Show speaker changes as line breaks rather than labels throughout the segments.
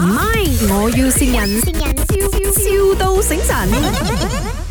唔係，我要善人，笑笑到醒神。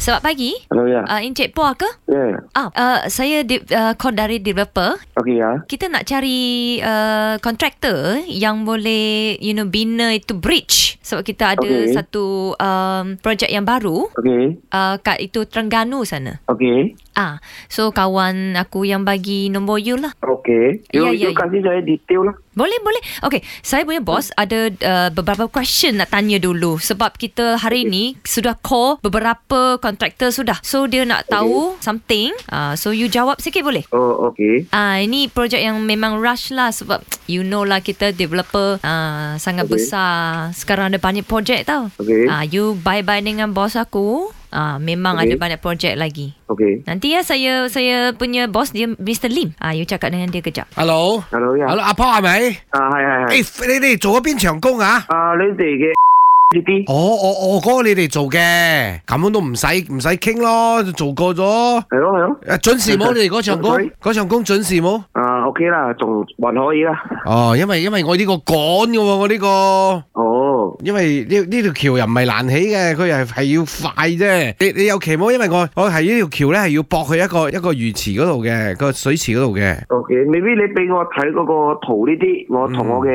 Selamat pagi.
Hello ya.
Uh, Encik Puah ke?
Ya.
Ah, uh, saya di, uh, call dari developer.
Okey ya.
Kita nak cari uh, contractor yang boleh you know bina itu bridge. Sebab kita ada
Okey.
satu um, projek yang baru
Okey.
uh, kat itu Terengganu sana.
Okey.
Ah, so kawan aku yang bagi nombor you lah.
Okey. You,
Ya, ya,
you
ya.
kasih saya detail lah.
Boleh, boleh. Okay, saya punya bos
Hmm.
ada uh, beberapa question nak tanya dulu. Sebab kita hari ni sudah call beberapa kontraktor sudah. So, dia nak tahu something. Uh, so, you jawab sikit boleh?
Oh, okey.
Ah uh, ini projek yang memang rush lah sebab you know lah kita developer uh, sangat
Okey.
besar. Sekarang ada banyak projek tau.
Okey.
Ah you bye-bye dengan bos aku. Ah memang
Okey.
ada banyak projek lagi.
Okey.
Nanti ya saya saya punya bos dia Mr Lim. Ah you cakap dengan dia kejap.
Hello，
Hello ya. Ah,
好啦，阿 Paul 系咪？
啊，係係係。
诶、你哋做咗邊場工啊？
啊，你哋嘅 GP
哦哦哦，嗰、個你哋做嘅，咁樣都唔使唔使傾咯，做過 咗。
係咯係咯。
诶，準時冇？你哋嗰場工
準時，
嗰場工準時冇？
啊，OK 啦，仲還可以啦。
哦，因為因為我呢個趕嘅喎，我呢、個，
哦，
因為呢呢條橋又唔係難起嘅，佢係係要快啫。你你有期冇？因為我我係呢條橋咧係要駁去一個一個魚池嗰度嘅個水池嗰度嘅。
OK，未必你俾我睇嗰個圖呢啲，我同我嘅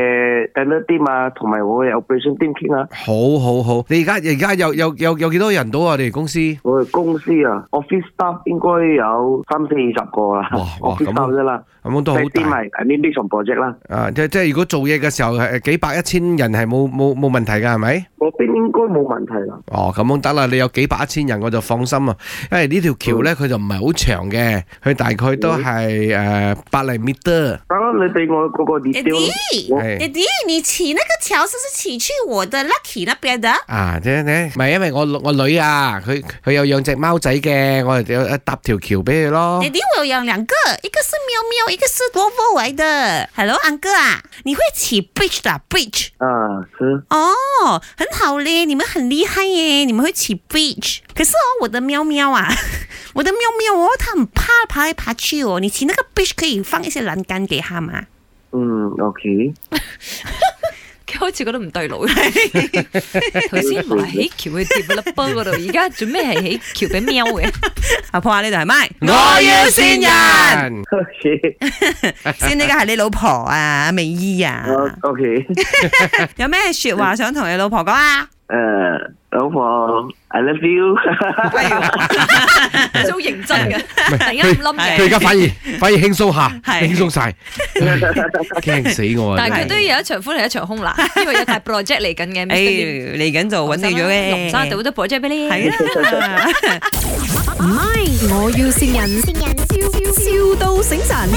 d i r team 啊，同埋我嘅 operation team 傾下。
好好好，你而家而家有有有有幾多人到啊？你哋公司？
我哋公司啊，office staff 應該有三四十個啦
哇哇
，office
咁
staff 啫啦，
咁樣都好
Tech
大
team。係 animation project lah. 啦。
啊，即即係如果做嘢嘅時候係幾百一千人係冇冇冇問題㗎，係咪？
嗰邊應該冇問題啦。
哦，咁樣得啦，你有幾百一千人我就放心啊，因為呢條橋咧佢就唔係好長嘅，佢大概都係誒百零米得。
得啦，你俾我嗰個 detail 咯。
Daddy，
我
係
Daddy，你起那个桥是不是起去我的 Lucky 那边的？
啊，即係咧，唔係因為我我女啊，佢佢有養只貓仔嘅，我就有搭條橋俾佢咯。
Daddy，我有养两个，一个是喵喵，一个是波波来的。Hello，安哥啊，你会起 bridge 的 bridge
啊，是
哦，很好嘞，你们很厉害耶，你们会起 bridge。可是哦，我的喵喵啊， 我的喵喵哦，它很怕爬来爬去哦。你起那个 bridge 可以放一些栏杆给它吗？
嗯，OK，
佢好似覺得唔對 路。頭先唔係起橋嘅 developer 嗰度，而家做咩係起橋俾喵嘅？
阿婆啊，呢度系咪？
OK，
先呢個係你老婆啊，阿美姨啊，
我 OK，
有咩说話想同你老婆講啊？
誒，老婆，I love you，
好認真 嘅，
哎
突然間咁冧
佢而
嘅。
家反而反而輕鬆下，
係
輕鬆晒，唉 驚死我啊！
但係佢
真係
哎
都有一場歡喜一場空啦，因為有大 project 嚟緊嘅。Mr. Lim
誒，嚟緊就揾哎你咗嘅，
龍山島都播咗俾你。
係啊。
唔係，我要善人，笑笑到醒神。